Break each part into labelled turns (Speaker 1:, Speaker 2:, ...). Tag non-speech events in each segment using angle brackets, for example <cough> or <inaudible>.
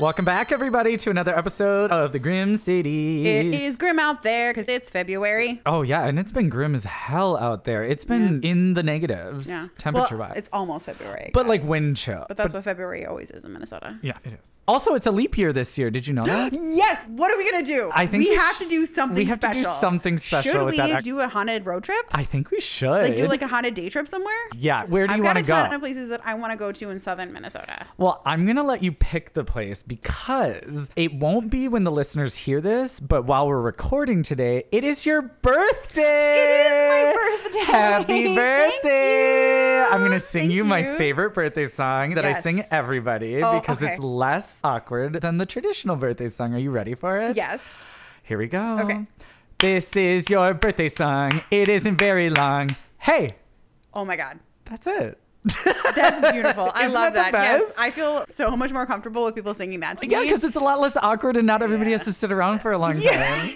Speaker 1: Welcome back, everybody, to another episode of the Grim City.
Speaker 2: It is grim out there because it's February.
Speaker 1: Oh yeah, and it's been grim as hell out there. It's been in the negatives,
Speaker 2: Yeah.
Speaker 1: temperature
Speaker 2: well,
Speaker 1: wise.
Speaker 2: It's almost February. I
Speaker 1: But, like,
Speaker 2: guess.
Speaker 1: wind chill.
Speaker 2: But that's what February always is in Minnesota.
Speaker 1: yeah, it is. Also, it's a leap year this year. Did you know
Speaker 2: <gasps>
Speaker 1: that?
Speaker 2: Yes. What are we gonna do?
Speaker 1: I think
Speaker 2: we,
Speaker 1: we
Speaker 2: have
Speaker 1: sh-
Speaker 2: to do something.
Speaker 1: we have to do
Speaker 2: special.
Speaker 1: something special
Speaker 2: Should
Speaker 1: with
Speaker 2: we
Speaker 1: that act-
Speaker 2: do a haunted road trip?
Speaker 1: I think we should.
Speaker 2: Like do like a haunted day trip somewhere?
Speaker 1: yeah. Where do
Speaker 2: I've
Speaker 1: you
Speaker 2: got
Speaker 1: want
Speaker 2: a
Speaker 1: to
Speaker 2: ton
Speaker 1: go?
Speaker 2: of places that I want to go to in southern Minnesota.
Speaker 1: Well, I'm gonna let you pick the place because it won't be when the listeners hear this, but while we're recording today, it is your birthday.
Speaker 2: It is my birthday.
Speaker 1: Happy
Speaker 2: <laughs> Thank
Speaker 1: birthday! I'm gonna sing
Speaker 2: Thank
Speaker 1: you, my
Speaker 2: you.
Speaker 1: favorite birthday song that I sing
Speaker 2: Yes.
Speaker 1: everybody
Speaker 2: Oh,
Speaker 1: because it's
Speaker 2: okay.
Speaker 1: less awkward than the traditional birthday song. Are you ready for it?
Speaker 2: Yes.
Speaker 1: Here we go.
Speaker 2: Okay.
Speaker 1: This is your birthday song. It isn't very long. Hey,
Speaker 2: Oh
Speaker 1: <laughs>
Speaker 2: my god.
Speaker 1: that's it.
Speaker 2: That's beautiful. I
Speaker 1: Isn't
Speaker 2: love
Speaker 1: that
Speaker 2: that.
Speaker 1: the
Speaker 2: Yes.
Speaker 1: best?
Speaker 2: I feel so much more comfortable with people singing that to
Speaker 1: Yeah,
Speaker 2: me.
Speaker 1: because it's a lot less awkward and not everybody
Speaker 2: Yeah.
Speaker 1: has to sit around for a long
Speaker 2: <laughs> yeah.
Speaker 1: time.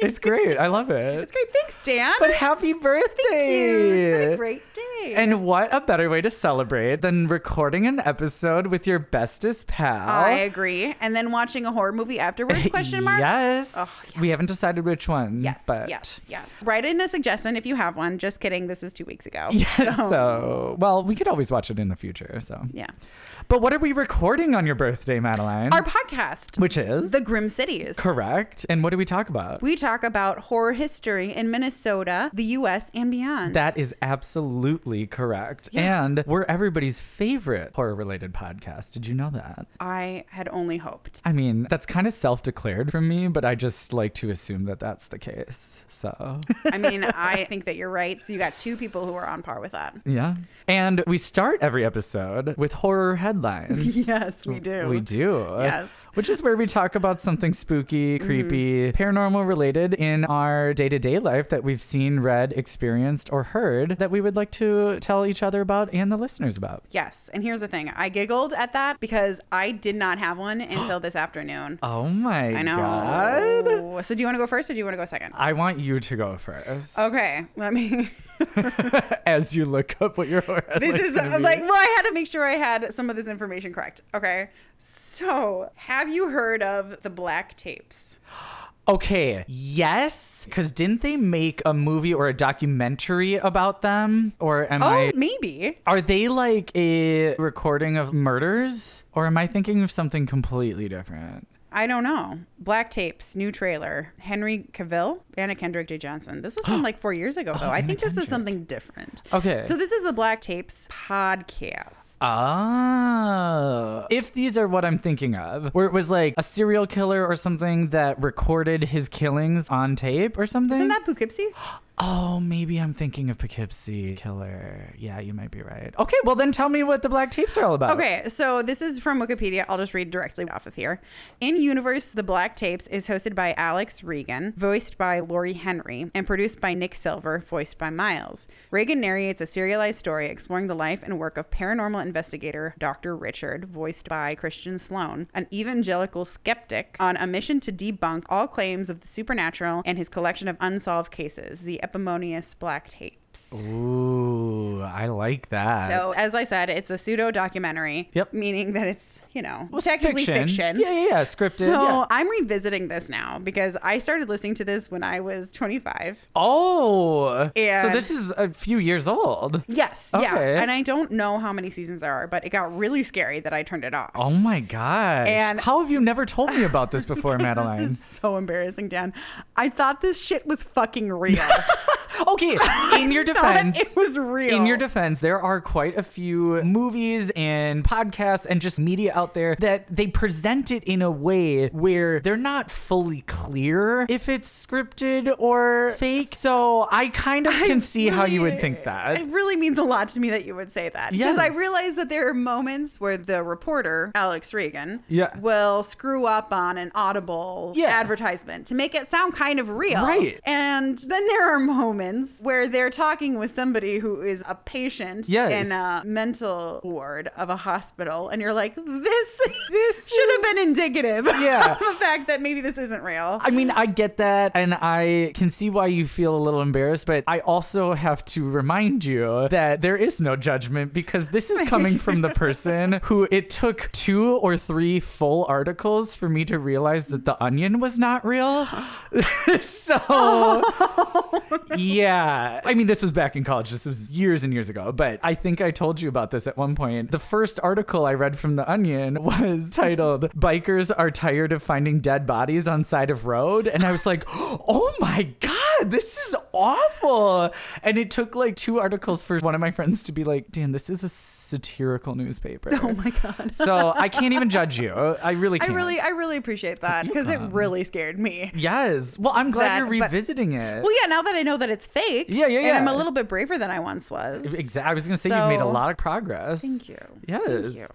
Speaker 1: It's great. I love it.
Speaker 2: Okay, <laughs> thanks, Dan.
Speaker 1: But happy birthday!
Speaker 2: Thank you. It's been a great day.
Speaker 1: And what a better way to celebrate than recording an episode with your bestest pal.
Speaker 2: I agree. And then watching a horror
Speaker 1: <laughs>
Speaker 2: movie afterwards? Question mark.
Speaker 1: Yes.
Speaker 2: Oh,
Speaker 1: We haven't decided which one.
Speaker 2: Yes.
Speaker 1: But
Speaker 2: Yes.
Speaker 1: <laughs>
Speaker 2: Yes. Write in a suggestion if you have one. Just kidding. This is two weeks ago.
Speaker 1: Yeah, so, well, we could always watch it in the future. So,
Speaker 2: Yeah.
Speaker 1: but what are we recording on your birthday, Madeline?
Speaker 2: Our podcast,
Speaker 1: Which is
Speaker 2: The Grim Cities.
Speaker 1: correct. And what do we talk about?
Speaker 2: We talk about horror history in Minnesota, the U.S., and beyond.
Speaker 1: that is absolutely correct.
Speaker 2: Yeah.
Speaker 1: And we're everybody's favorite horror related podcast. Did you know that?
Speaker 2: I had only hoped.
Speaker 1: I mean, that's kind of self declared from me, but I just like to assume that that's the case. So, <laughs>
Speaker 2: I mean, I <laughs> think that you're right. So you got two people who are on par with that.
Speaker 1: yeah. And we start every episode with horror
Speaker 2: <laughs>
Speaker 1: headlines.
Speaker 2: Yes, we do.
Speaker 1: We do.
Speaker 2: Yes. Mm-hmm.
Speaker 1: Which is where we talk about something spooky, creepy, paranormal related in our day to day life that we've seen, read, experienced, or heard that we would like to tell each other about and the listeners about.
Speaker 2: Yes. And here's the thing I giggled at that because I did not have
Speaker 1: <gasps>
Speaker 2: one until this afternoon.
Speaker 1: Oh my
Speaker 2: I know.
Speaker 1: God.
Speaker 2: So do you want to go first or do you want to go second?
Speaker 1: I want you to go first
Speaker 2: Okay, let me. <laughs>
Speaker 1: as you look up what your horror
Speaker 2: This
Speaker 1: headline's
Speaker 2: is
Speaker 1: gonna
Speaker 2: I'm
Speaker 1: be.
Speaker 2: like, well, I had to make sure I had some of this information correct. Okay, so have you heard of the black tapes?
Speaker 1: Okay, yes, because didn't they make a movie or a documentary about them? Or am I?
Speaker 2: Oh, maybe.
Speaker 1: Are they like a recording of murders? Or am I thinking of something completely different?
Speaker 2: I don't know. Black tapes, new trailer. Henry Cavill, Anna Kendrick J. Johnson. This is
Speaker 1: <gasps>
Speaker 2: from like four years ago, though. I
Speaker 1: Oh, Anna
Speaker 2: think this
Speaker 1: Kendrick.
Speaker 2: is something different.
Speaker 1: Okay.
Speaker 2: So this is the Black Tapes podcast.
Speaker 1: Oh. If these are what I'm thinking of, where it was like a serial killer or something that recorded his killings on tape or something.
Speaker 2: Isn't that Poughkeepsie?
Speaker 1: Oh, maybe I'm thinking of Poughkeepsie Killer. Yeah, you might be right. Okay, well then tell me what the black tapes are all about.
Speaker 2: Okay, so this is from Wikipedia. I'll just read directly off of here. In Universe, The Black Tapes is hosted by Alex Regan, voiced by Lori Henry, and produced by Nick Silver, voiced by Miles. Regan narrates a serialized story exploring the life and work of paranormal investigator Dr. Richard, voiced by Christian Sloan, an evangelical skeptic on a mission to debunk all claims of the supernatural and his collection of unsolved cases, the eponymous Black Tapes.
Speaker 1: Ooh, I like that.
Speaker 2: So, as I said, it's a pseudo documentary.
Speaker 1: Uh, Yep.
Speaker 2: Meaning that it's, you know,
Speaker 1: Well, it's
Speaker 2: technically fiction.
Speaker 1: Yeah, yeah, yeah. Scripted.
Speaker 2: So
Speaker 1: yeah.
Speaker 2: I'm revisiting this now because I started listening to this when I was 25.
Speaker 1: Oh. so
Speaker 2: And-
Speaker 1: this is a few years old.
Speaker 2: Yes.
Speaker 1: Okay.
Speaker 2: Yeah. And I don't know how many seasons there are, but it got really scary that I turned it off.
Speaker 1: Oh my gosh.
Speaker 2: And-
Speaker 1: how have you never told me about this before, Madeline?
Speaker 2: <laughs> This is so embarrassing, Dan. I thought this shit was
Speaker 1: <laughs>
Speaker 2: fucking real. <laughs>
Speaker 1: Okay, in your
Speaker 2: thought
Speaker 1: defense,
Speaker 2: it was real.
Speaker 1: In your defense, there are quite a few movies and podcasts and just media out there that they present it in a way where they're not fully clear if it's scripted or fake. So I kind of can see how you would think that.
Speaker 2: It really means a lot to me that you would say that. Because
Speaker 1: Yes.
Speaker 2: I realize that there are moments where the reporter, Alex Regan,
Speaker 1: Yeah.
Speaker 2: will screw up on an audible
Speaker 1: Yeah.
Speaker 2: advertisement to make it sound kind of real.
Speaker 1: Right.
Speaker 2: And then there are Islands, where they're talking with somebody who is a patient
Speaker 1: Yes.
Speaker 2: in a mental ward of a hospital, and you're like, this, <laughs>
Speaker 1: This
Speaker 2: should have been indicative <laughs>
Speaker 1: Yeah.
Speaker 2: of the fact that maybe this isn't real.
Speaker 1: I mean, I get that, and I can see why you feel a little embarrassed, but I also have to remind you that there is no judgment because this is coming from the person who it took two or three full articles for me to realize that the onion was not real. <gasps> so, yeah. I mean, this was back in college. This was years and years ago, but I think I told you about this at one point. The first article I read from The Onion <laughs> was titled Bikers Are Tired of Finding Dead Bodies on Side of Road. And I was like, <gasps> oh my God, this is awful. And it took like two articles for one of my friends to be like, Dan, this is a satirical newspaper.
Speaker 2: Oh my god.
Speaker 1: so I can't even judge you. I really
Speaker 2: I
Speaker 1: can't.
Speaker 2: really, I really appreciate that because it really scared me.
Speaker 1: Yes. Well, I'm glad
Speaker 2: That-
Speaker 1: you're
Speaker 2: but-
Speaker 1: revisiting it.
Speaker 2: Well, yeah, now that I know that it's fake.
Speaker 1: Yeah, yeah,
Speaker 2: And I'm
Speaker 1: yeah.
Speaker 2: a little bit braver than I once was.
Speaker 1: Exactly. I was going to say you've made a
Speaker 2: So-
Speaker 1: lot of progress.
Speaker 2: Thank you.
Speaker 1: Yes.
Speaker 2: you.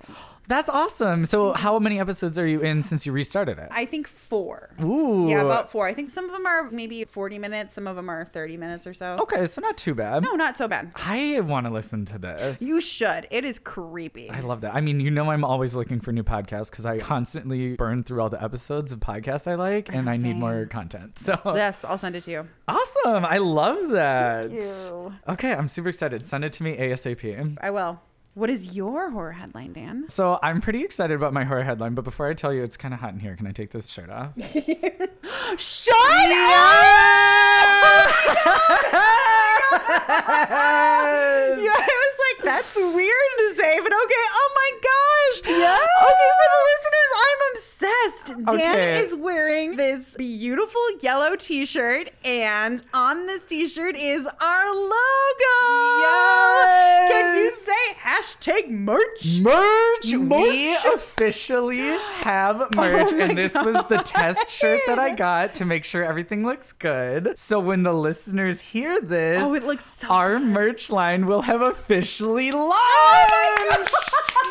Speaker 1: That's awesome. So, how many episodes are you in since you restarted it?
Speaker 2: I think four.
Speaker 1: Ooh.
Speaker 2: Yeah, about four. I think some of them are maybe 40 minutes, some of them are 30 minutes or so.
Speaker 1: Okay, so not too bad.
Speaker 2: No, not so bad.
Speaker 1: I want to listen to this.
Speaker 2: You should. It is creepy.
Speaker 1: I love that. I mean, you know, I'm always looking for new podcasts because I constantly burn through all the episodes of podcasts I like, and I need
Speaker 2: same.
Speaker 1: more content. So
Speaker 2: yes, I'll send it to you.
Speaker 1: awesome! I love that.
Speaker 2: you.
Speaker 1: Okay, I'm super excited. Send it to me asap.
Speaker 2: I will. What is your horror headline, Dan?
Speaker 1: So I'm pretty excited about my horror headline, but before I tell you, it's kind of hot in here. Can I take this shirt off?
Speaker 2: Shut up! Yeah, I was like, that's weird to say, but okay. Oh my gosh. Yeah. Okay, for the listeners, I'm obsessed. Dan
Speaker 1: Okay.
Speaker 2: is wearing this beautiful yellow t-shirt, and on this t-shirt is our logo.
Speaker 1: Yes.
Speaker 2: Can you say hashtag merch?
Speaker 1: merch. We
Speaker 2: Merch.
Speaker 1: officially
Speaker 2: <gasps> Oh
Speaker 1: have merch, and this was the test shirt that
Speaker 2: <laughs>
Speaker 1: I got to make sure everything looks good. So when the listeners hear this,
Speaker 2: Oh, it looks so
Speaker 1: our merch line will have officially launched.
Speaker 2: Oh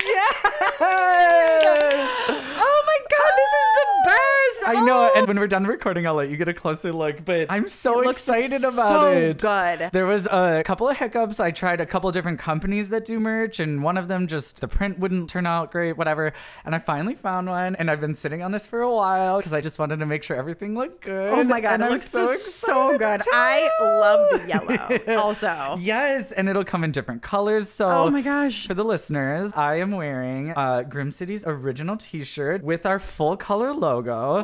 Speaker 1: yes.
Speaker 2: <laughs> Oh my god, this is the best.
Speaker 1: I know,
Speaker 2: Oh,
Speaker 1: and when we're done recording, I'll let you get a closer look. But I'm so
Speaker 2: it looks
Speaker 1: excited
Speaker 2: so
Speaker 1: about it.
Speaker 2: Good.
Speaker 1: There was a couple of hiccups. I tried a couple different companies that do merch, and one of them just the print wouldn't turn out great, whatever. And I finally found one, and I've been sitting on this for a while because I just wanted to make sure everything looked good.
Speaker 2: Oh my god,
Speaker 1: and
Speaker 2: it
Speaker 1: I'm
Speaker 2: looks so, so
Speaker 1: excited
Speaker 2: good.
Speaker 1: to
Speaker 2: I love
Speaker 1: <laughs>
Speaker 2: the
Speaker 1: tell you.
Speaker 2: yellow. Also,
Speaker 1: Yes, and it'll come in different colors. So,
Speaker 2: Oh my gosh.
Speaker 1: For the listeners, I am wearing uh, Grim City's original t shirt with our full color logo.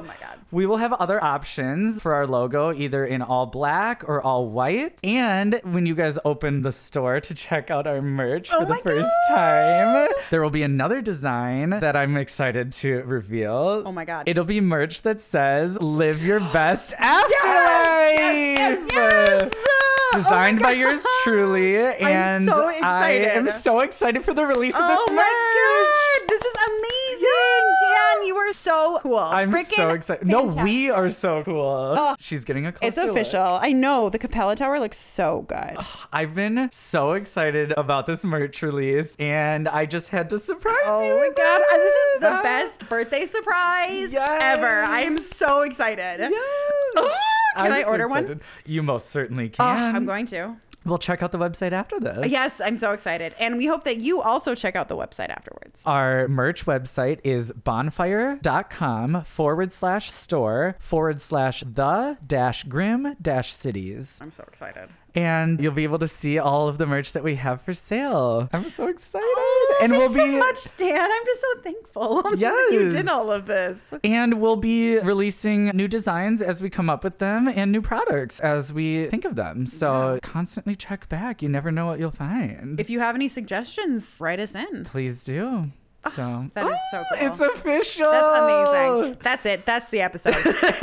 Speaker 1: Oh
Speaker 2: my God.
Speaker 1: We will have other options for our logo, either in all black or all white. And when you guys open the store to check out our merch for
Speaker 2: Oh
Speaker 1: the
Speaker 2: my
Speaker 1: first
Speaker 2: God.
Speaker 1: time, there will be another design that I'm excited to reveal.
Speaker 2: Oh my God.
Speaker 1: It'll be merch that says, Live your
Speaker 2: <gasps>
Speaker 1: best after
Speaker 2: yes, yes, yes! <laughs> Oh my
Speaker 1: designed by
Speaker 2: gosh.
Speaker 1: yours truly. And
Speaker 2: I'm so
Speaker 1: I
Speaker 2: excited.
Speaker 1: am so excited for the release of this
Speaker 2: Oh
Speaker 1: merch.
Speaker 2: my god, this is amazing, Dan. You are so cool.
Speaker 1: I'm so
Speaker 2: Freaking
Speaker 1: excited. No,
Speaker 2: fantastic. Oh,
Speaker 1: we are so cool. She's getting a close
Speaker 2: It's official. I know the Capella Tower looks so good.
Speaker 1: I've been so excited about this merch release, and I just had to surprise you.
Speaker 2: Oh my
Speaker 1: with
Speaker 2: god,
Speaker 1: it.
Speaker 2: uh, this is the
Speaker 1: Ah,
Speaker 2: best birthday surprise
Speaker 1: Yes.
Speaker 2: ever. I am so excited.
Speaker 1: Yes.
Speaker 2: <gasps>
Speaker 1: I'm
Speaker 2: Can I
Speaker 1: so
Speaker 2: order one?
Speaker 1: excited. You most certainly
Speaker 2: Oh,
Speaker 1: can.
Speaker 2: I'm going to.
Speaker 1: we'll check out the website after this.
Speaker 2: Yes, I'm so excited. And we hope that you also check out the website afterwards.
Speaker 1: Our merch website is bonfire.com forward slash store forward slash the dash grim dash cities.
Speaker 2: I'm so excited.
Speaker 1: And you'll be able to see all of the merch that we have for sale. I'm so excited. and
Speaker 2: Oh, Thanks
Speaker 1: we'll
Speaker 2: so
Speaker 1: be
Speaker 2: much, Dan. I'm just so thankful <laughs> that you
Speaker 1: Yes.
Speaker 2: did all of this.
Speaker 1: and we'll be releasing new designs as we come up with them and new products as we think of them. So constantly check back. You never know what you'll find.
Speaker 2: If you have any suggestions, write us in.
Speaker 1: Please do. So
Speaker 2: That is so cool.
Speaker 1: <gasps> Oh, it's official.
Speaker 2: That's amazing. That's it. That's the episode.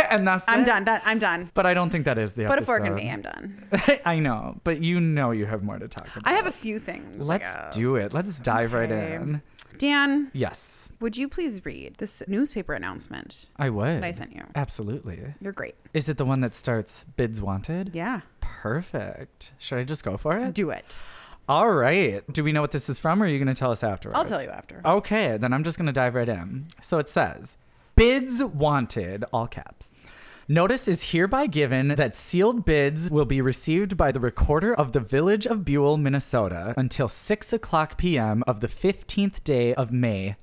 Speaker 1: <laughs> and <laughs> that's
Speaker 2: I'm
Speaker 1: it.
Speaker 2: done. That I'm done.
Speaker 1: But I don't think that is the
Speaker 2: Put a
Speaker 1: episode.
Speaker 2: fork in me. I'm done.
Speaker 1: <laughs> I know, but you know you have more to talk about.
Speaker 2: I have a few things. I
Speaker 1: Let's do
Speaker 2: guess.
Speaker 1: it. Let's dive right
Speaker 2: Okay.
Speaker 1: in.
Speaker 2: Dan,
Speaker 1: Yes,
Speaker 2: would you please read this newspaper announcement
Speaker 1: I would.
Speaker 2: that I sent you?
Speaker 1: Absolutely.
Speaker 2: You're great.
Speaker 1: Is it the one that starts bids wanted?
Speaker 2: Yeah.
Speaker 1: Perfect. Should I just go for it?
Speaker 2: Do it.
Speaker 1: All right. Do we know what this is from or are you going to tell us afterwards?
Speaker 2: I'll tell you after.
Speaker 1: Uh, Okay, then I'm just going to dive right in. So it says Bids Wanted, all caps. Notice is hereby given that sealed bids will be received by the recorder of the village of Buell, Minnesota, until 6 o'clock p.m. of the 15th day of May,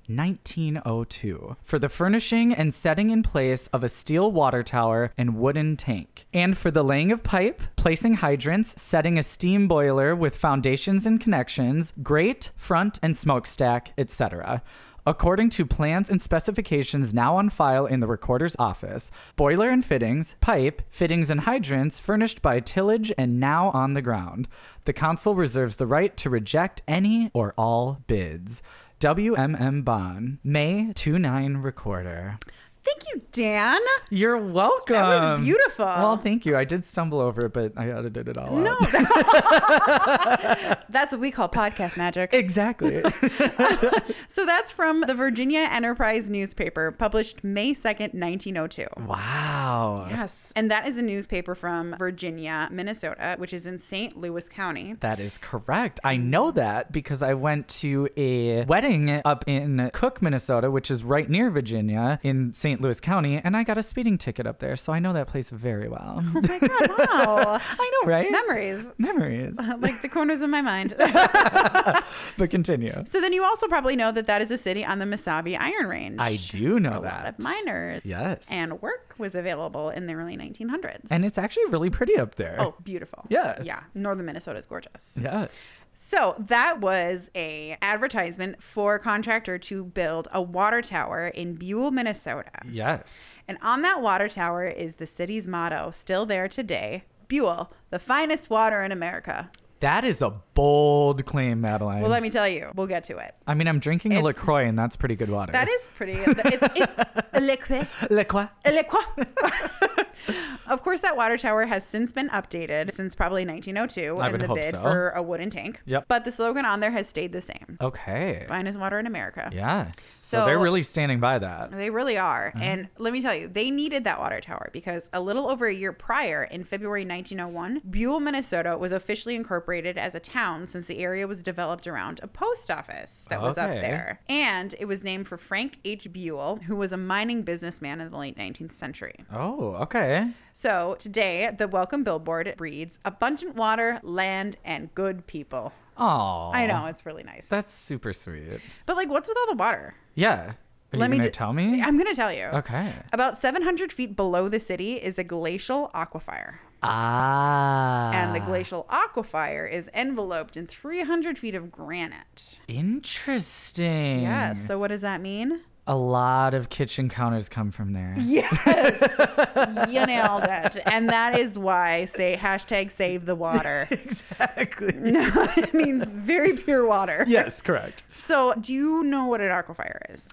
Speaker 1: 1902, for the furnishing and setting in place of a steel water tower and wooden tank, and for the laying of pipe, placing hydrants, setting a steam boiler with foundations and connections, grate, front, and smokestack, etc. According to plans and specifications now on file in the recorder's office, boiler and fittings, pipe, fittings and hydrants furnished by tillage and now on the ground. The council reserves the right to reject any or all bids. WMM Bond, May 29 recorder.
Speaker 2: Thank you, Dan.
Speaker 1: You're welcome.
Speaker 2: That was beautiful.
Speaker 1: Well, thank you. I did stumble over it, but I edited it all
Speaker 2: No.
Speaker 1: out. <laughs>
Speaker 2: That's what we call podcast magic.
Speaker 1: Exactly.
Speaker 2: So that's from the Virginia Enterprise newspaper, published May 2nd, 1902.
Speaker 1: wow.
Speaker 2: Yes. And that is a newspaper from Virginia, Minnesota, which is in St. Louis County.
Speaker 1: That is correct. I know that because I went to a wedding up in Cook, Minnesota, which is right near Virginia in St. Louis County, and I got a speeding ticket up there, so I know that place very
Speaker 2: <laughs>
Speaker 1: well.
Speaker 2: Oh my God, <laughs> wow.
Speaker 1: I know, right?
Speaker 2: Memories. <laughs>
Speaker 1: Memories.
Speaker 2: Like the corners of my mind. <laughs>
Speaker 1: But continue.
Speaker 2: so then you also probably know that that is a city on the Mesabi Iron Range.
Speaker 1: I do know
Speaker 2: A lot
Speaker 1: that.
Speaker 2: of miners.
Speaker 1: Yes.
Speaker 2: And work was available in the early 1900s.
Speaker 1: And it's actually really pretty up there.
Speaker 2: Oh, beautiful.
Speaker 1: Yeah.
Speaker 2: Yeah. Northern Minnesota is gorgeous.
Speaker 1: Yes.
Speaker 2: So that was a advertisement for a contractor to build a water tower in Buell, Minnesota.
Speaker 1: Yes.
Speaker 2: And on that water tower is the city's motto, still there today. Buell, the finest water in America.
Speaker 1: That is a bold claim, Madeline.
Speaker 2: Well, let me tell you, we'll get to it.
Speaker 1: I mean, I'm drinking a
Speaker 2: It's-
Speaker 1: LaCroix, and that's pretty good water.
Speaker 2: That is pretty. It's, it's liquid.
Speaker 1: <laughs> LaCroix.
Speaker 2: Liquid. <laughs> of course, that water tower has since been updated since probably 1902
Speaker 1: I
Speaker 2: and
Speaker 1: would
Speaker 2: the
Speaker 1: hope
Speaker 2: bid
Speaker 1: so.
Speaker 2: for a wooden tank.
Speaker 1: Yep.
Speaker 2: But the slogan on there has stayed the same.
Speaker 1: Okay.
Speaker 2: Finest water in America.
Speaker 1: Yes. so
Speaker 2: So-
Speaker 1: they're really standing by that.
Speaker 2: They really are.
Speaker 1: Mm-hmm.
Speaker 2: And let me tell you, they needed that water tower because a little over a year prior, in February 1901, Buell, Minnesota was officially incorporated as a town since the area was developed around a post office that was up
Speaker 1: Okay.
Speaker 2: there. And it was named for Frank H. Buell, who was a mining businessman in the late 19th century.
Speaker 1: Oh, okay.
Speaker 2: So today, the welcome billboard reads Abundant water, land, and good people.
Speaker 1: Oh,
Speaker 2: I know, it's really nice.
Speaker 1: That's super sweet.
Speaker 2: But, like, what's with all the water?
Speaker 1: Yeah. Are
Speaker 2: Let
Speaker 1: you
Speaker 2: me
Speaker 1: gonna
Speaker 2: ju-
Speaker 1: tell me?
Speaker 2: I'm going to tell you.
Speaker 1: Okay.
Speaker 2: About 700 feet below the city is a glacial aquifer.
Speaker 1: Ah.
Speaker 2: And the glacial aquifer is enveloped in 300 feet of granite.
Speaker 1: Interesting.
Speaker 2: Yes. So, what does that mean?
Speaker 1: A lot of kitchen counters come from
Speaker 2: <laughs>
Speaker 1: there.
Speaker 2: You nailed it. And that is why say hashtag save
Speaker 1: <laughs>
Speaker 2: the water.
Speaker 1: Exactly.
Speaker 2: it means very pure water.
Speaker 1: Yes, correct.
Speaker 2: So, do you know what an aquifer is?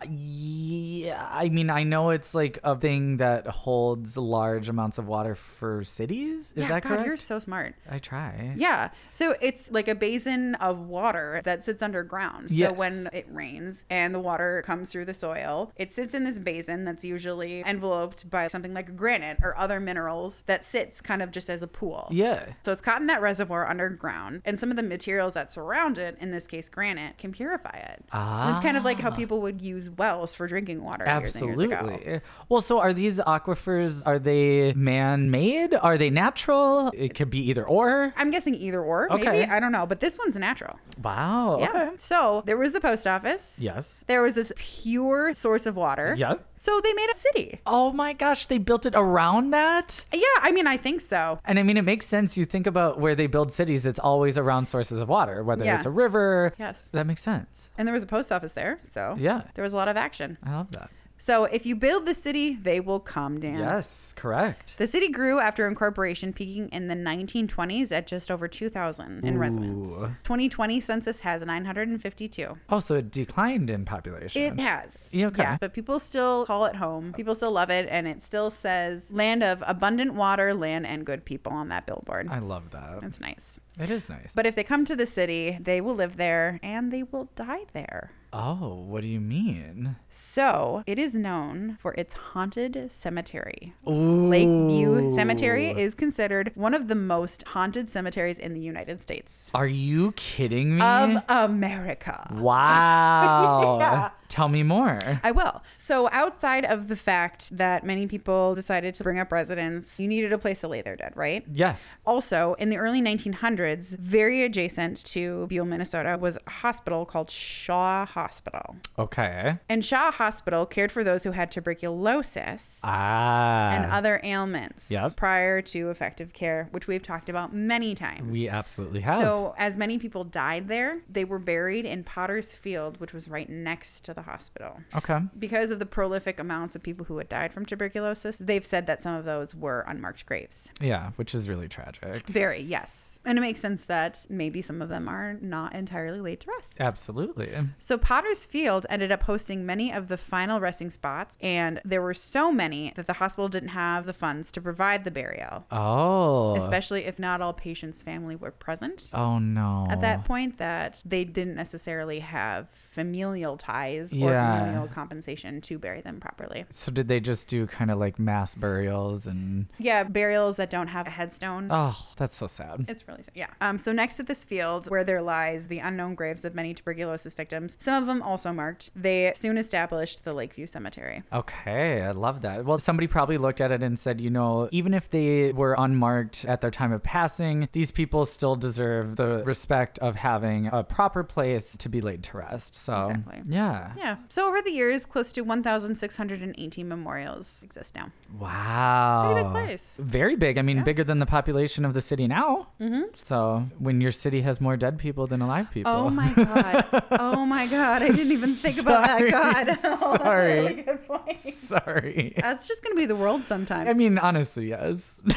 Speaker 1: Yeah, I mean, I know it's like a thing that holds large amounts of water for cities. Is
Speaker 2: yeah,
Speaker 1: that
Speaker 2: God,
Speaker 1: correct?
Speaker 2: you're so smart.
Speaker 1: I try.
Speaker 2: Yeah. So it's like a basin of water that sits underground. So
Speaker 1: Yes.
Speaker 2: when it rains and the water comes through the soil, it sits in this basin that's usually enveloped by something like granite or other minerals that sits kind of just as a pool.
Speaker 1: Yeah.
Speaker 2: So it's caught in that reservoir underground, and some of the materials that surround it, in this case granite, can purify it. Ah. It's kind of like how people would use wells for drinking water. years and years ago.
Speaker 1: Absolutely. Eh, Well, so are these aquifers? Are they man-made? Are they natural? It could be either or.
Speaker 2: I'm guessing either or, maybe.
Speaker 1: Okay.
Speaker 2: I don't know, but this one's natural.
Speaker 1: Wow.
Speaker 2: Yeah.
Speaker 1: Okay.
Speaker 2: So there was the post office.
Speaker 1: Yes.
Speaker 2: There was this pure source of water.
Speaker 1: Yeah.
Speaker 2: So they made a city.
Speaker 1: Oh my gosh, they built it around that?
Speaker 2: Yeah, I mean, I think so.
Speaker 1: And I mean, it makes sense. You think about where they build cities, it's always around sources of water, whether
Speaker 2: Yeah.
Speaker 1: it's a river.
Speaker 2: Yes.
Speaker 1: That makes sense.
Speaker 2: And there was a post office there. So
Speaker 1: Yeah.
Speaker 2: there was a lot of action.
Speaker 1: I love that.
Speaker 2: So if you build the city, they will come down.
Speaker 1: Yes, correct.
Speaker 2: The city grew after incorporation, peaking in the 1920s at just over 2,000 in residents.
Speaker 1: Ooh.
Speaker 2: 2020 census has 952.
Speaker 1: Also, Oh, it declined in population.
Speaker 2: It has.
Speaker 1: Yeah, okay.
Speaker 2: But people still call it home. People still love it. And it still says land of abundant water, land, and good people on that billboard.
Speaker 1: I love that.
Speaker 2: That's nice.
Speaker 1: It is nice.
Speaker 2: But if they come to the city, they will live there and they will die there.
Speaker 1: oh, what do you mean?
Speaker 2: So it is known for its haunted cemetery.
Speaker 1: Ooh.
Speaker 2: Lakeview Cemetery is considered one of the most haunted cemeteries in the United States
Speaker 1: Are you kidding me?
Speaker 2: of America.
Speaker 1: <laughs>
Speaker 2: <laughs>
Speaker 1: wow. Tell me more.
Speaker 2: I will. So, outside of the fact that many people decided to bring up residence, you needed a place to lay their dead, right?
Speaker 1: Yeah.
Speaker 2: Also, in the early 1900s, very adjacent to Buell, Minnesota, was a hospital called Shaw Hospital.
Speaker 1: Okay.
Speaker 2: And Shaw Hospital cared for those who had tuberculosis
Speaker 1: Ah.
Speaker 2: and other ailments
Speaker 1: Yep.
Speaker 2: prior to effective care, which we've talked about many times.
Speaker 1: we absolutely have.
Speaker 2: So, as many people died there, they were buried in Potter's Field, which was right next to the hospital.
Speaker 1: okay.
Speaker 2: Because of the prolific amounts of people who had died from tuberculosis, they've said that some of those were unmarked graves.
Speaker 1: Yeah, which is really tragic.
Speaker 2: Very, yes. And it makes sense that maybe some of them are not entirely laid to rest.
Speaker 1: Absolutely.
Speaker 2: So Potter's Field ended up hosting many of the final resting spots, and there were so many that the hospital didn't have the funds to provide the burial,
Speaker 1: Oh.
Speaker 2: especially if not all patients' family were present.
Speaker 1: oh no.
Speaker 2: At that point, that they didn't necessarily have familial ties or
Speaker 1: Yeah.
Speaker 2: familial compensation to bury them properly.
Speaker 1: So did they just do kind of like mass burials and
Speaker 2: Yeah, burials that don't have a headstone.
Speaker 1: oh, that's so sad.
Speaker 2: It's really sad. Yeah. Um, so next to this field, where there lies the unknown graves of many tuberculosis victims, some of them also marked, they soon established the Lakeview Cemetery.
Speaker 1: Okay, I love that. Well, somebody probably looked at it and said, you know, even if they were unmarked at their time of passing, these people still deserve the respect of having a proper place to be laid to rest. So,
Speaker 2: Exactly.
Speaker 1: yeah.
Speaker 2: Yeah. So over the years, close to 1,618 memorials exist now.
Speaker 1: Wow.
Speaker 2: Pretty big place.
Speaker 1: <laughs> Very big. I mean, bigger than the population of the city now. Mm-hmm. So, when your city has more dead people than alive people. <laughs>
Speaker 2: Oh my god. Oh my god. I didn't even think about that.
Speaker 1: Sorry.
Speaker 2: God. <laughs> Oh, That's a
Speaker 1: Sorry.
Speaker 2: really good
Speaker 1: <laughs>
Speaker 2: point.
Speaker 1: Sorry.
Speaker 2: That's just gonna be the world sometime.
Speaker 1: I mean, honestly, yes. <laughs>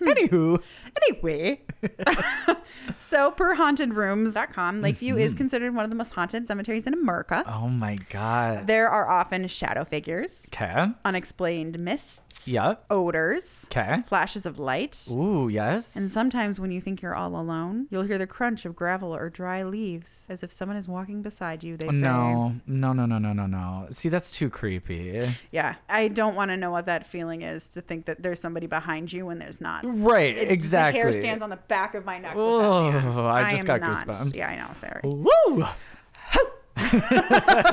Speaker 2: Hmm.
Speaker 1: Anywho, <laughs>
Speaker 2: Anyway, so per hauntedrooms.com, Lakeview is
Speaker 1: Mm-hmm.
Speaker 2: considered one of the most haunted cemeteries in America.
Speaker 1: oh my god.
Speaker 2: There are often shadow figures,
Speaker 1: Okay.
Speaker 2: unexplained mists,
Speaker 1: Yep.
Speaker 2: odors,
Speaker 1: Okay.
Speaker 2: flashes of light.
Speaker 1: Ooh, yes.
Speaker 2: And sometimes when you think you're all alone, you'll hear the crunch of gravel or dry leaves as if someone is walking beside you, they
Speaker 1: no, no, no, no, no, no, no. See, that's too creepy.
Speaker 2: say. Yeah. I don't want to know what that feeling is to think that there's somebody behind you when there's not.
Speaker 1: Right. exactly.
Speaker 2: The hair stands on the back of my neck. with
Speaker 1: Oh,
Speaker 2: that <laughs> feeling.
Speaker 1: I just got
Speaker 2: am not.
Speaker 1: goosebumps.
Speaker 2: Yeah, I know. Sorry.
Speaker 1: Woo! <laughs>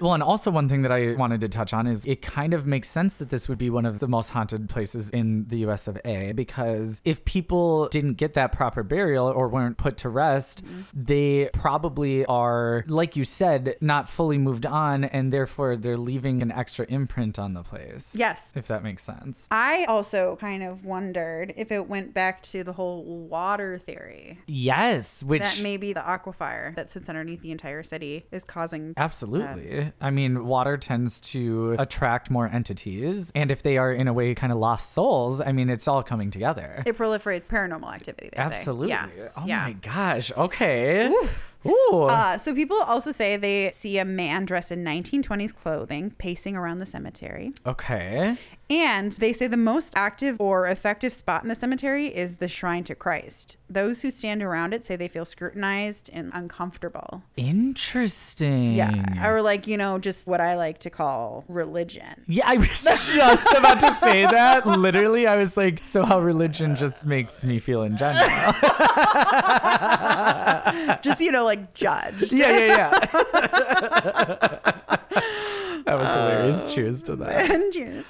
Speaker 1: well, and also one thing that I wanted to touch on is it kind of makes sense that this would be one of the most haunted places in the US of A because if people didn't get that proper burial or weren't put to rest,
Speaker 2: Mm-hmm.
Speaker 1: they probably are, like you said, not fully moved on and therefore they're leaving an extra imprint on the place.
Speaker 2: Yes.
Speaker 1: If that makes sense.
Speaker 2: I also kind of wondered if it went back to the whole water theory
Speaker 1: Yes, which
Speaker 2: that maybe the aquifer that sits underneath the entire city is causing
Speaker 1: Absolutely. I mean, water tends to attract more entities. And if they are, in a way, kind of lost souls, I mean, it's all coming together.
Speaker 2: it proliferates paranormal activity. They
Speaker 1: Absolutely.
Speaker 2: Say. Yes.
Speaker 1: Oh
Speaker 2: yeah.
Speaker 1: my gosh. Okay. Ooh.
Speaker 2: Uh, so people also say they see a man dressed in 1920s clothing pacing around the cemetery,
Speaker 1: okay.
Speaker 2: and they say the most active or effective spot in the cemetery is the shrine to Christ. Those who stand around it say they feel scrutinized and uncomfortable.
Speaker 1: Interesting.
Speaker 2: Yeah, or like you know, just what I like to call religion.
Speaker 1: Yeah, I was <laughs> just about to say that. Literally, I was like, so how religion just makes me feel in
Speaker 2: <laughs>
Speaker 1: general. Yeah,
Speaker 2: just you know, like judged.
Speaker 1: yeah, yeah. <laughs> that was hilarious. Cheers to
Speaker 2: <laughs>
Speaker 1: that.
Speaker 2: And you-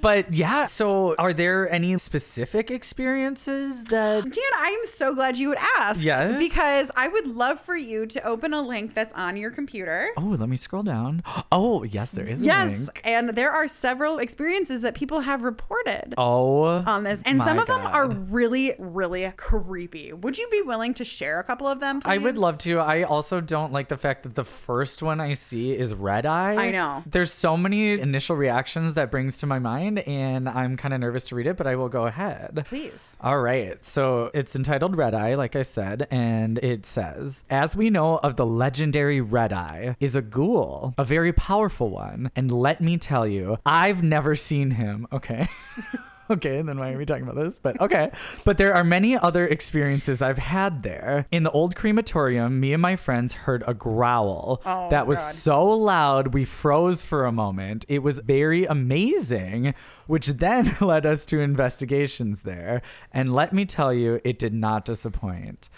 Speaker 1: But yeah, so are there any specific experiences that
Speaker 2: Dan, I'm so glad you would ask.
Speaker 1: Yes?
Speaker 2: Because I would love for you to open a link that's on your computer.
Speaker 1: Oh, let me scroll down. Oh, yes, there is a
Speaker 2: Yes,
Speaker 1: link.
Speaker 2: and there are several experiences that people have reported
Speaker 1: Oh.
Speaker 2: on this, and
Speaker 1: my
Speaker 2: some of them
Speaker 1: God.
Speaker 2: are really, really creepy. Would you be willing to share a couple of them?
Speaker 1: I would
Speaker 2: please?
Speaker 1: love to. I also don't like the fact that the first one I see is red eye.
Speaker 2: I know.
Speaker 1: There's so many initial reactions that brings to my mind, and I'm kind of nervous to read it, but I will go ahead.
Speaker 2: Please.
Speaker 1: All right. So it's entitled Red Eye, like I said, and it says As we know of the legendary Red Eye, is a ghoul, a very powerful one. And let me tell you, I've never seen him. Okay. <laughs> Okay, then why are we talking about this? But okay. But there are many other experiences I've had there. In the old crematorium, me and my friends heard a growl
Speaker 2: Oh,
Speaker 1: that was
Speaker 2: God.
Speaker 1: so loud we froze for a moment. It was very amazing, which then <laughs> led us to investigations there. And let me tell you, it did not disappoint.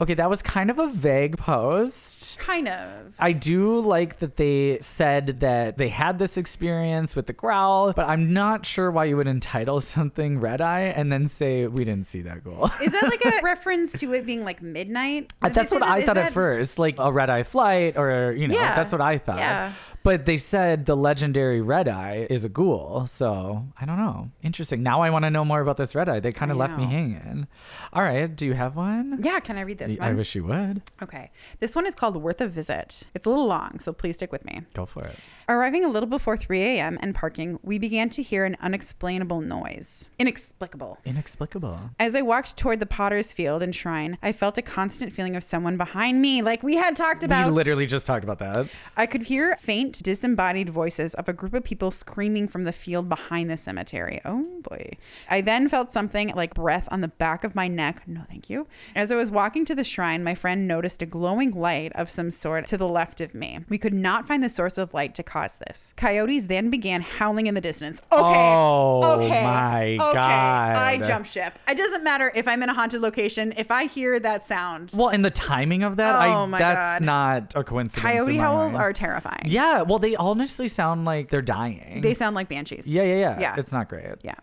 Speaker 1: Okay, that was kind of a vague post.
Speaker 2: Kind of.
Speaker 1: I do like that they said that they had this experience with the growl, but I'm not sure why you would entitle <laughs> something Red Eye and then say we didn't see that goal.
Speaker 2: Is that
Speaker 1: <laughs>
Speaker 2: like a reference to it being like midnight? Did they
Speaker 1: Uh, that's
Speaker 2: say
Speaker 1: what
Speaker 2: that?
Speaker 1: I
Speaker 2: Is
Speaker 1: thought
Speaker 2: that-
Speaker 1: at first, like a red eye flight, or you know,
Speaker 2: Yeah.
Speaker 1: that's what I thought.
Speaker 2: Yeah.
Speaker 1: But they said the legendary red eye is a ghoul, so I don't know. Interesting. Now I want to know more about this red eye. They kind
Speaker 2: I
Speaker 1: of left me
Speaker 2: know.
Speaker 1: hanging. All right, do you have one?
Speaker 2: Yeah, can I read this
Speaker 1: I
Speaker 2: one?
Speaker 1: wish you would.
Speaker 2: Okay. This one is called Worth a Visit. It's a little long, so please stick with me.
Speaker 1: Go for it.
Speaker 2: Arriving a little before 3 a.m. and parking, we began to hear an unexplainable noise. Inexplicable.
Speaker 1: Inexplicable.
Speaker 2: As I walked toward the Potter's Field and Shrine, I felt a constant feeling of someone behind me, like we had talked about.
Speaker 1: we literally just talked about that.
Speaker 2: I could hear faint, disembodied voices of a group of people screaming from the field behind the cemetery. Oh boy. I then felt something like breath on the back of my neck. No, thank you. As I was walking to the shrine, my friend noticed a glowing light of some sort to the left of me. We could not find the source of light to cause this. Coyotes then began howling in the distance. Okay.
Speaker 1: Oh,
Speaker 2: okay.
Speaker 1: my
Speaker 2: okay.
Speaker 1: God.
Speaker 2: I jumped ship. It doesn't matter if I'm in a haunted location, if I hear that sound.
Speaker 1: Well, and the timing of that,
Speaker 2: Oh
Speaker 1: I,
Speaker 2: my
Speaker 1: that's
Speaker 2: God.
Speaker 1: not a coincidence. in
Speaker 2: Coyote
Speaker 1: my
Speaker 2: howls
Speaker 1: mind.
Speaker 2: are terrifying.
Speaker 1: Yeah, well, they honestly sound like they're dying.
Speaker 2: They sound like banshees.
Speaker 1: yeah, yeah, yeah,
Speaker 2: Yeah.
Speaker 1: It's not great.
Speaker 2: Yeah.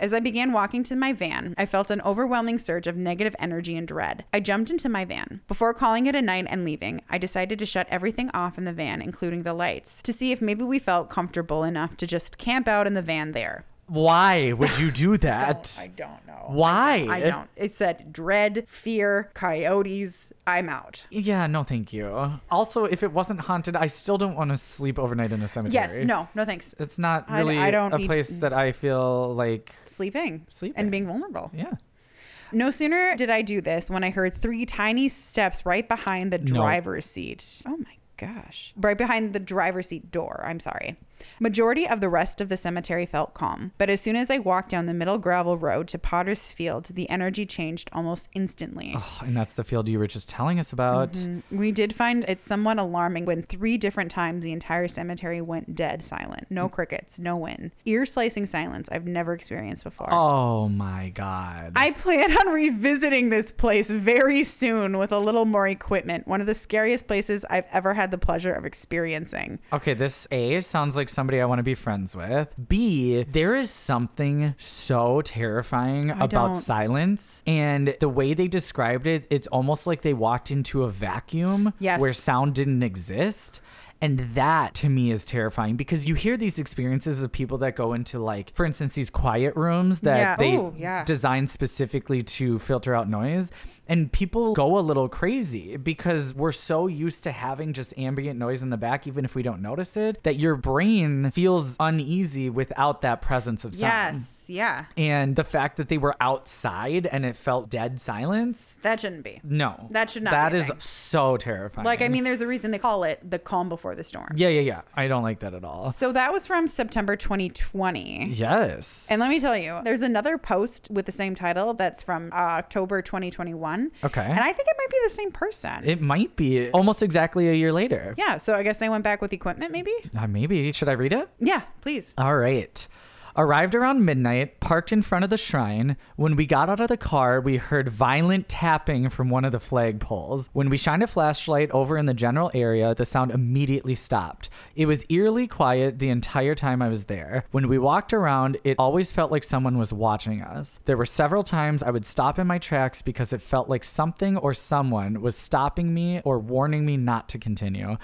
Speaker 2: As I began walking to my van, I felt an overwhelming surge of negative energy and dread. I jumped into my van. Before calling it a night and leaving, I decided to shut everything off in the van, including the lights, to see if maybe we felt comfortable enough to just camp out in the van there.
Speaker 1: Why would you
Speaker 2: <laughs>
Speaker 1: do that?
Speaker 2: I don't know.
Speaker 1: Why?
Speaker 2: I don't. It said dread, fear, coyotes. I'm out.
Speaker 1: Yeah, no, thank you. Also, if it wasn't haunted, I still don't want to sleep overnight in a cemetery.
Speaker 2: Yes. No. No. Thanks.
Speaker 1: It's not
Speaker 2: I-
Speaker 1: really
Speaker 2: I don't
Speaker 1: a
Speaker 2: need-
Speaker 1: place that I feel like,
Speaker 2: Sleeping.
Speaker 1: Sleeping.
Speaker 2: And being vulnerable.
Speaker 1: yeah.
Speaker 2: No sooner did I do this when I heard three tiny steps right behind the driver's seat. Oh my gosh. Right behind the driver's seat door. I'm sorry. Majority of the rest of the cemetery felt calm, but as soon as I walked down the middle gravel road to Potter's Field, the energy changed almost instantly.
Speaker 1: Oh, and that's the field you were just telling us about.
Speaker 2: We did find it somewhat alarming when three different times the entire cemetery went dead silent. No crickets, no wind. Ear slicing silence I've never experienced before.
Speaker 1: Oh my God.
Speaker 2: I plan on revisiting this place very soon with a little more equipment. One of the scariest places I've ever had the pleasure of experiencing.
Speaker 1: Okay, this A sounds like somebody I want to be friends with. B, there is something so terrifying about
Speaker 2: don't-
Speaker 1: silence. And the way they described it, it's almost like they walked into a vacuum
Speaker 2: Yes.
Speaker 1: where sound didn't exist. And that to me is terrifying because you hear these experiences of people that go into, like, for instance, these quiet rooms that
Speaker 2: Yeah.
Speaker 1: they
Speaker 2: Ooh, yeah.
Speaker 1: designed specifically to filter out noise. And people go a little crazy because we're so used to having just ambient noise in the back, even if we don't notice it, that your brain feels uneasy without that presence of sound.
Speaker 2: Yes, yeah.
Speaker 1: And the fact that they were outside and it felt dead silence,
Speaker 2: That shouldn't be.
Speaker 1: no.
Speaker 2: That should not
Speaker 1: That
Speaker 2: be a
Speaker 1: is
Speaker 2: thing.
Speaker 1: so terrifying.
Speaker 2: Like, I mean, there's a reason they call it the calm before the storm.
Speaker 1: yeah, yeah, yeah. I don't like that at all.
Speaker 2: So that was from September 2020.
Speaker 1: Yes.
Speaker 2: And let me tell you, there's another post with the same title that's from uh, October 2021.
Speaker 1: Okay.
Speaker 2: And I think it might be the same person.
Speaker 1: It might be almost exactly a year later.
Speaker 2: yeah, so I guess they went back with equipment, maybe?
Speaker 1: Uh, maybe. Should I read it?
Speaker 2: Yeah, please.
Speaker 1: All right. Arrived around midnight, parked in front of the shrine. When we got out of the car, we heard violent tapping from one of the flagpoles. When we shined a flashlight over in the general area, the sound immediately stopped. It was eerily quiet the entire time I was there. When we walked around, it always felt like someone was watching us. There were several times I would stop in my tracks because it felt like something or someone was stopping me or warning me not to continue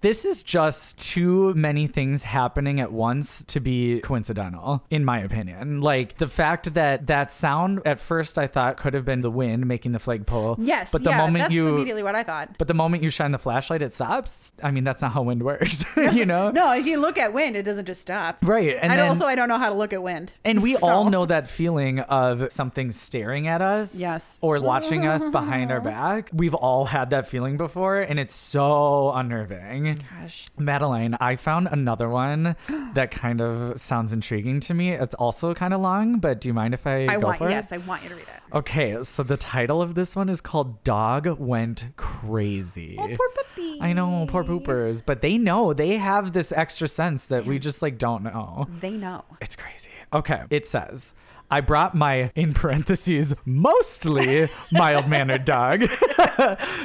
Speaker 1: this is just too many things happening at once to be coincidental, in my opinion. Like the fact that that sound at first I thought could have been the wind making the flagpole.
Speaker 2: Yes,
Speaker 1: but the
Speaker 2: yeah,
Speaker 1: moment
Speaker 2: that's
Speaker 1: you.
Speaker 2: immediately what I thought.
Speaker 1: but the moment you shine the flashlight, it stops. I mean, that's not how wind works, <laughs> you know?
Speaker 2: No, if you look at wind, it doesn't just stop.
Speaker 1: Right, and
Speaker 2: I
Speaker 1: then-
Speaker 2: also I don't know how to look at wind.
Speaker 1: And we
Speaker 2: So-
Speaker 1: all know that feeling of something staring at us.
Speaker 2: Yes.
Speaker 1: Or watching us behind
Speaker 2: <laughs>
Speaker 1: our back. We've all had that feeling before, and it's so unnerving.
Speaker 2: Oh Gosh.
Speaker 1: Madeline, I found another
Speaker 2: <gasps>
Speaker 1: one that kind of sounds intriguing to me. It's also kind of long, but do you mind if I,
Speaker 2: I
Speaker 1: go
Speaker 2: want
Speaker 1: for
Speaker 2: yes,
Speaker 1: it?
Speaker 2: I want you to read it.
Speaker 1: Okay, so the title of this one is called Dog Went Crazy.
Speaker 2: Oh, poor puppy.
Speaker 1: I know, poor poopers, but they know they have this extra sense that we just like don't know.
Speaker 2: They know.
Speaker 1: It's crazy. Okay. It says, I brought my, in parentheses, mostly mild mannered dog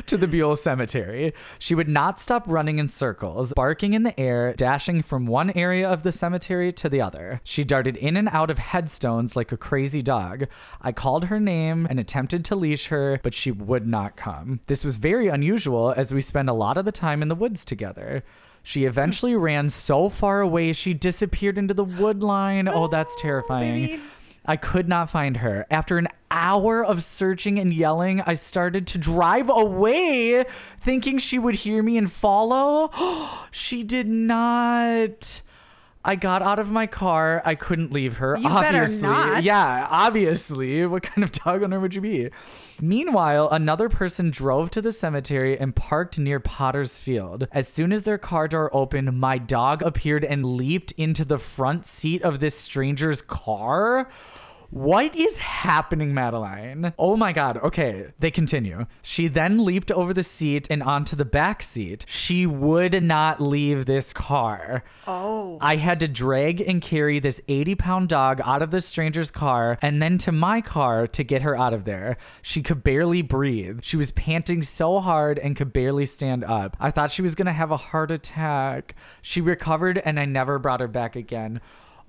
Speaker 1: to the Buell Cemetery. She would not stop running in circles, barking in the air, dashing from one area of the cemetery to the other. She darted in and out of headstones like a crazy dog. I called her name and attempted to leash her, but she would not come. This was very unusual as we spend a lot of the time in the woods together. She eventually ran so far away she disappeared into the wood line. Oh, that's terrifying.
Speaker 2: baby.
Speaker 1: I could not find her. After an hour of searching and yelling, I started to drive away, thinking she would hear me and follow. <gasps> she did not. I got out of my car. I couldn't leave her.
Speaker 2: You better
Speaker 1: obviously.
Speaker 2: not.
Speaker 1: Yeah, obviously. What kind of dog owner would you be? Meanwhile, another person drove to the cemetery and parked near Potter's Field. As soon as their car door opened, my dog appeared and leaped into the front seat of this stranger's car. What is happening, Madeline? Oh my god. Okay, they continue. She then leaped over the seat and onto the back seat. She would not leave this car.
Speaker 2: Oh.
Speaker 1: I had to drag and carry this 80 pound dog out of the stranger's car and then to my car to get her out of there. She could barely breathe. She was panting so hard and could barely stand up. I thought she was going to have a heart attack. She recovered and I never brought her back again.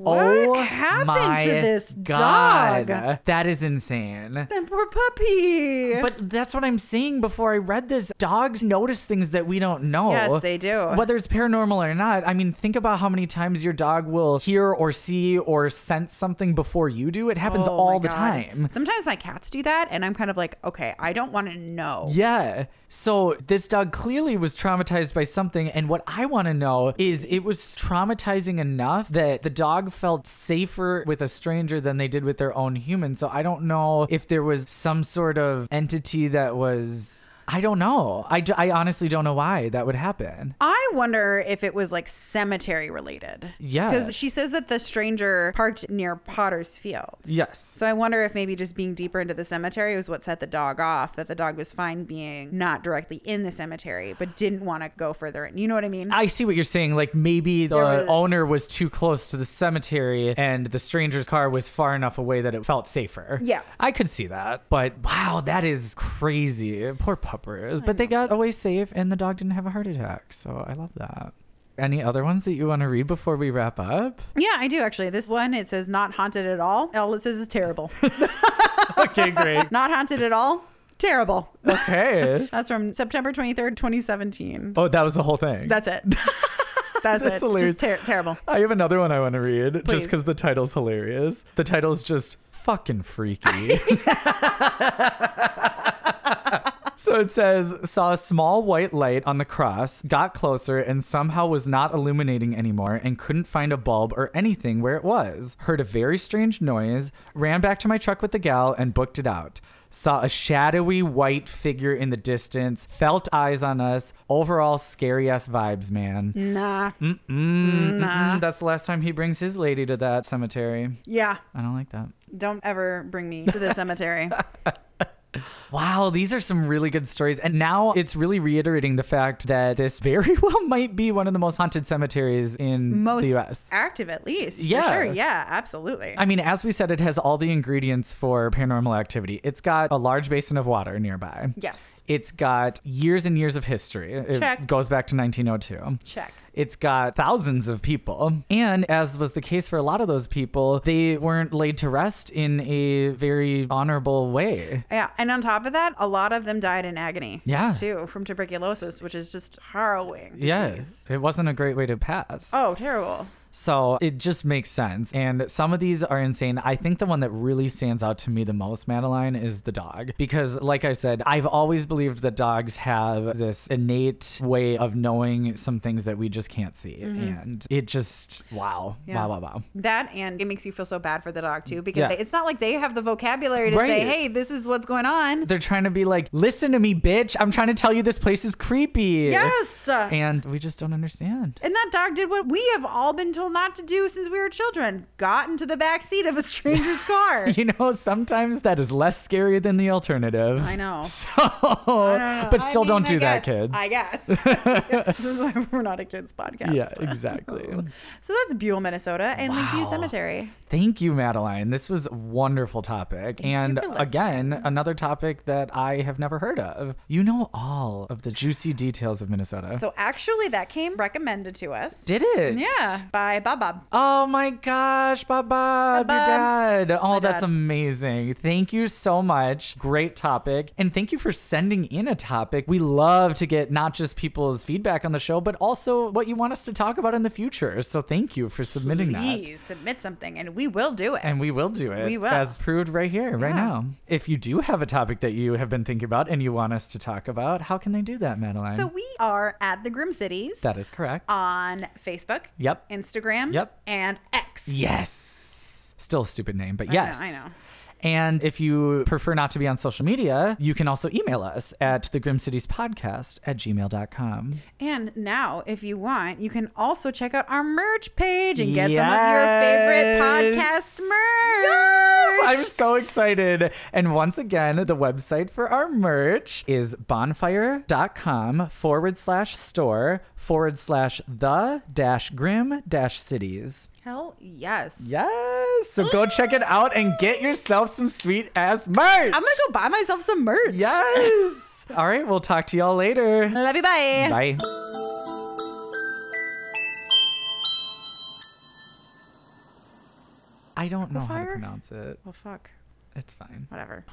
Speaker 3: What
Speaker 1: oh
Speaker 3: happened to
Speaker 1: my
Speaker 3: this
Speaker 1: God.
Speaker 3: dog?
Speaker 1: That is insane.
Speaker 2: That poor puppy.
Speaker 1: But that's what I'm saying before I read this. Dogs notice things that we don't know.
Speaker 2: Yes, they do.
Speaker 1: Whether it's paranormal or not, I mean, think about how many times your dog will hear or see or sense something before you do. It happens
Speaker 2: Oh my
Speaker 1: all the
Speaker 2: God.
Speaker 1: time.
Speaker 2: Sometimes my cats do that, and I'm kind of like, okay, I don't want to know.
Speaker 1: Yeah. So this dog clearly was traumatized by something. And what I want to know is it was traumatizing enough that the dog felt safer with a stranger than they did with their own human. So I don't know if there was some sort of entity that was. I don't know. I, d- I honestly don't know why that would happen.
Speaker 2: I wonder if it was like cemetery related.
Speaker 1: Yeah.
Speaker 2: Because she says that the stranger parked near Potter's Field.
Speaker 1: Yes.
Speaker 2: So I wonder if maybe just being deeper into the cemetery was what set the dog off, that the dog was fine being not directly in the cemetery, but didn't want to go further in. You know what I mean?
Speaker 1: I see what you're saying. Like maybe the
Speaker 2: There was-
Speaker 1: owner was too close to the cemetery and the stranger's car was far enough away that it felt safer.
Speaker 2: Yeah.
Speaker 1: I could see that. But wow, that is crazy. Poor puppers. But they got away safe and the dog didn't have a heart attack. So I love that. Any other ones that you want to read before we wrap up?
Speaker 2: yeah, I do actually. This one, it says not haunted at all. All it says is <laughs> terrible.
Speaker 1: <laughs> Okay, great.
Speaker 2: not haunted at all. Terrible.
Speaker 1: <laughs> Okay.
Speaker 2: That's from September 23rd, 2017.
Speaker 1: Oh, that was the whole thing.
Speaker 2: That's it. <laughs> That's, it.
Speaker 1: hilarious.
Speaker 2: Just ter- terrible.
Speaker 1: I have another one I want to read
Speaker 2: Please.
Speaker 1: just because the title's hilarious. The title's just fucking freaky. <laughs> so it says Saw a small white light on the cross, got closer, and somehow was not illuminating anymore and couldn't find a bulb or anything where it was. Heard a very strange noise, ran back to my truck with the gal, and booked it out. Saw a shadowy white figure in the distance, felt eyes on us. Overall, scary ass vibes, man.
Speaker 2: Nah.
Speaker 1: Mm,
Speaker 2: Uh-huh.
Speaker 1: mm-mm. That's the last time he brings his lady to that cemetery.
Speaker 2: Yeah.
Speaker 1: I don't like that.
Speaker 2: Don't ever bring me to <laughs> the cemetery.
Speaker 1: Wow, these are some really good stories. And now it's really reiterating the fact that this very <laughs> well might be one of the most haunted cemeteries in
Speaker 2: Most
Speaker 1: the US.
Speaker 2: active, at least. Yeah.
Speaker 1: Yeah.
Speaker 2: sure. Yeah, absolutely.
Speaker 1: I mean, as we said, it has all the ingredients for paranormal activity. It's got a large basin of water nearby.
Speaker 2: yes.
Speaker 1: It's got years and years of history. It
Speaker 2: Check.
Speaker 1: goes back to 1902.
Speaker 2: Check.
Speaker 1: It's got thousands of people. And as was the case for a lot of those people, they weren't laid to rest in a very honorable way.
Speaker 2: Yeah, and on top of that, a lot of them died in agony.
Speaker 1: Yeah.
Speaker 2: too from tuberculosis, which is just harrowing. Disease.
Speaker 1: Yes, it wasn't a great way to pass.
Speaker 2: Oh, terrible.
Speaker 1: So it just makes sense. And some of these are insane. I think the one that really stands out to me the most, Madeline, is the dog. Because, like I said, I've always believed that dogs have this innate way of knowing some things that we just can't see. And it just, wow,
Speaker 2: Yeah.
Speaker 1: wow, wow, wow.
Speaker 2: That and it makes you feel so bad for the dog too because
Speaker 1: Yeah.
Speaker 2: they, it's not like they have the vocabulary to say,
Speaker 1: Right.
Speaker 2: "Hey, this is what's going on."
Speaker 1: They're trying to be like, listen to me, bitch. I'm trying to tell you this place is creepy.
Speaker 2: Yes.
Speaker 1: And we just don't understand. <laughs>
Speaker 2: and that dog did what we have all been told not to do since we were children got into the back seat of
Speaker 1: <laughs>
Speaker 2: a stranger's car.
Speaker 1: You know, sometimes that is less scary than the alternative.
Speaker 2: I know.
Speaker 1: <laughs> So,
Speaker 2: I
Speaker 1: but
Speaker 2: I
Speaker 1: still
Speaker 2: mean,
Speaker 1: don't
Speaker 2: I
Speaker 1: do that,
Speaker 2: guess-
Speaker 1: kids.
Speaker 2: I guess. this is why
Speaker 1: <laughs>
Speaker 2: <laughs> we're not a kids podcast.
Speaker 1: yeah, exactly.
Speaker 2: So that's Buell, Minnesota, and Lakeview
Speaker 1: Wow.
Speaker 2: Cemetery.
Speaker 1: Thank you, Madeline. This was a wonderful topic. and
Speaker 2: for listening.
Speaker 1: again, another topic that I have never heard of. You know all of the juicy details of Minnesota.
Speaker 2: <laughs> So actually, that came recommended to us.
Speaker 1: Did it?
Speaker 2: yeah, by Bob Bob.
Speaker 1: Oh my gosh, Bob Bob, your
Speaker 2: Bob.
Speaker 1: dad. Oh,
Speaker 2: My
Speaker 1: that's
Speaker 2: dad.
Speaker 1: amazing. Thank you so much. Great topic. And thank you for sending in a topic. We love to get not just people's feedback on the show, but also what you want us to talk about in the future. So thank you for submitting that.
Speaker 2: Please submit something, and we will do it.
Speaker 1: And we will do it.
Speaker 2: We will.
Speaker 1: As proved right here, right
Speaker 2: Yeah.
Speaker 1: now. If you do have a topic that you have been thinking about and you want us to talk about, how can they do that, Madeline?
Speaker 2: so uh, we are at the Grim Cities
Speaker 1: that is correct.
Speaker 2: on Facebook,
Speaker 1: Yep.
Speaker 2: Instagram,
Speaker 1: Yep.
Speaker 2: and X.
Speaker 1: Yes. Still a stupid name, but
Speaker 2: know,
Speaker 1: yes.
Speaker 2: I know.
Speaker 1: And if you prefer not to be on social media, you can also email us at the Grim Cities Podcast at gmail.com.
Speaker 2: And now, if you want, you can also check out our merch page and get some of your favorite
Speaker 1: Yes.
Speaker 2: podcast merch.
Speaker 1: I'm so excited. And once again, the website for our merch is bonfire.com forward slash store forward slash the dash grim dash cities.
Speaker 2: Hell yes.
Speaker 1: Yes. So go check it out and get yourself some sweet ass merch.
Speaker 2: I'm gonna go buy myself some merch.
Speaker 1: Yes. <laughs> All right. We'll talk to y'all later.
Speaker 2: Love you. Bye.
Speaker 1: Bye. I don't know how to
Speaker 2: Fire?
Speaker 1: pronounce it.
Speaker 2: Well, fuck.
Speaker 1: It's fine.
Speaker 2: Whatever.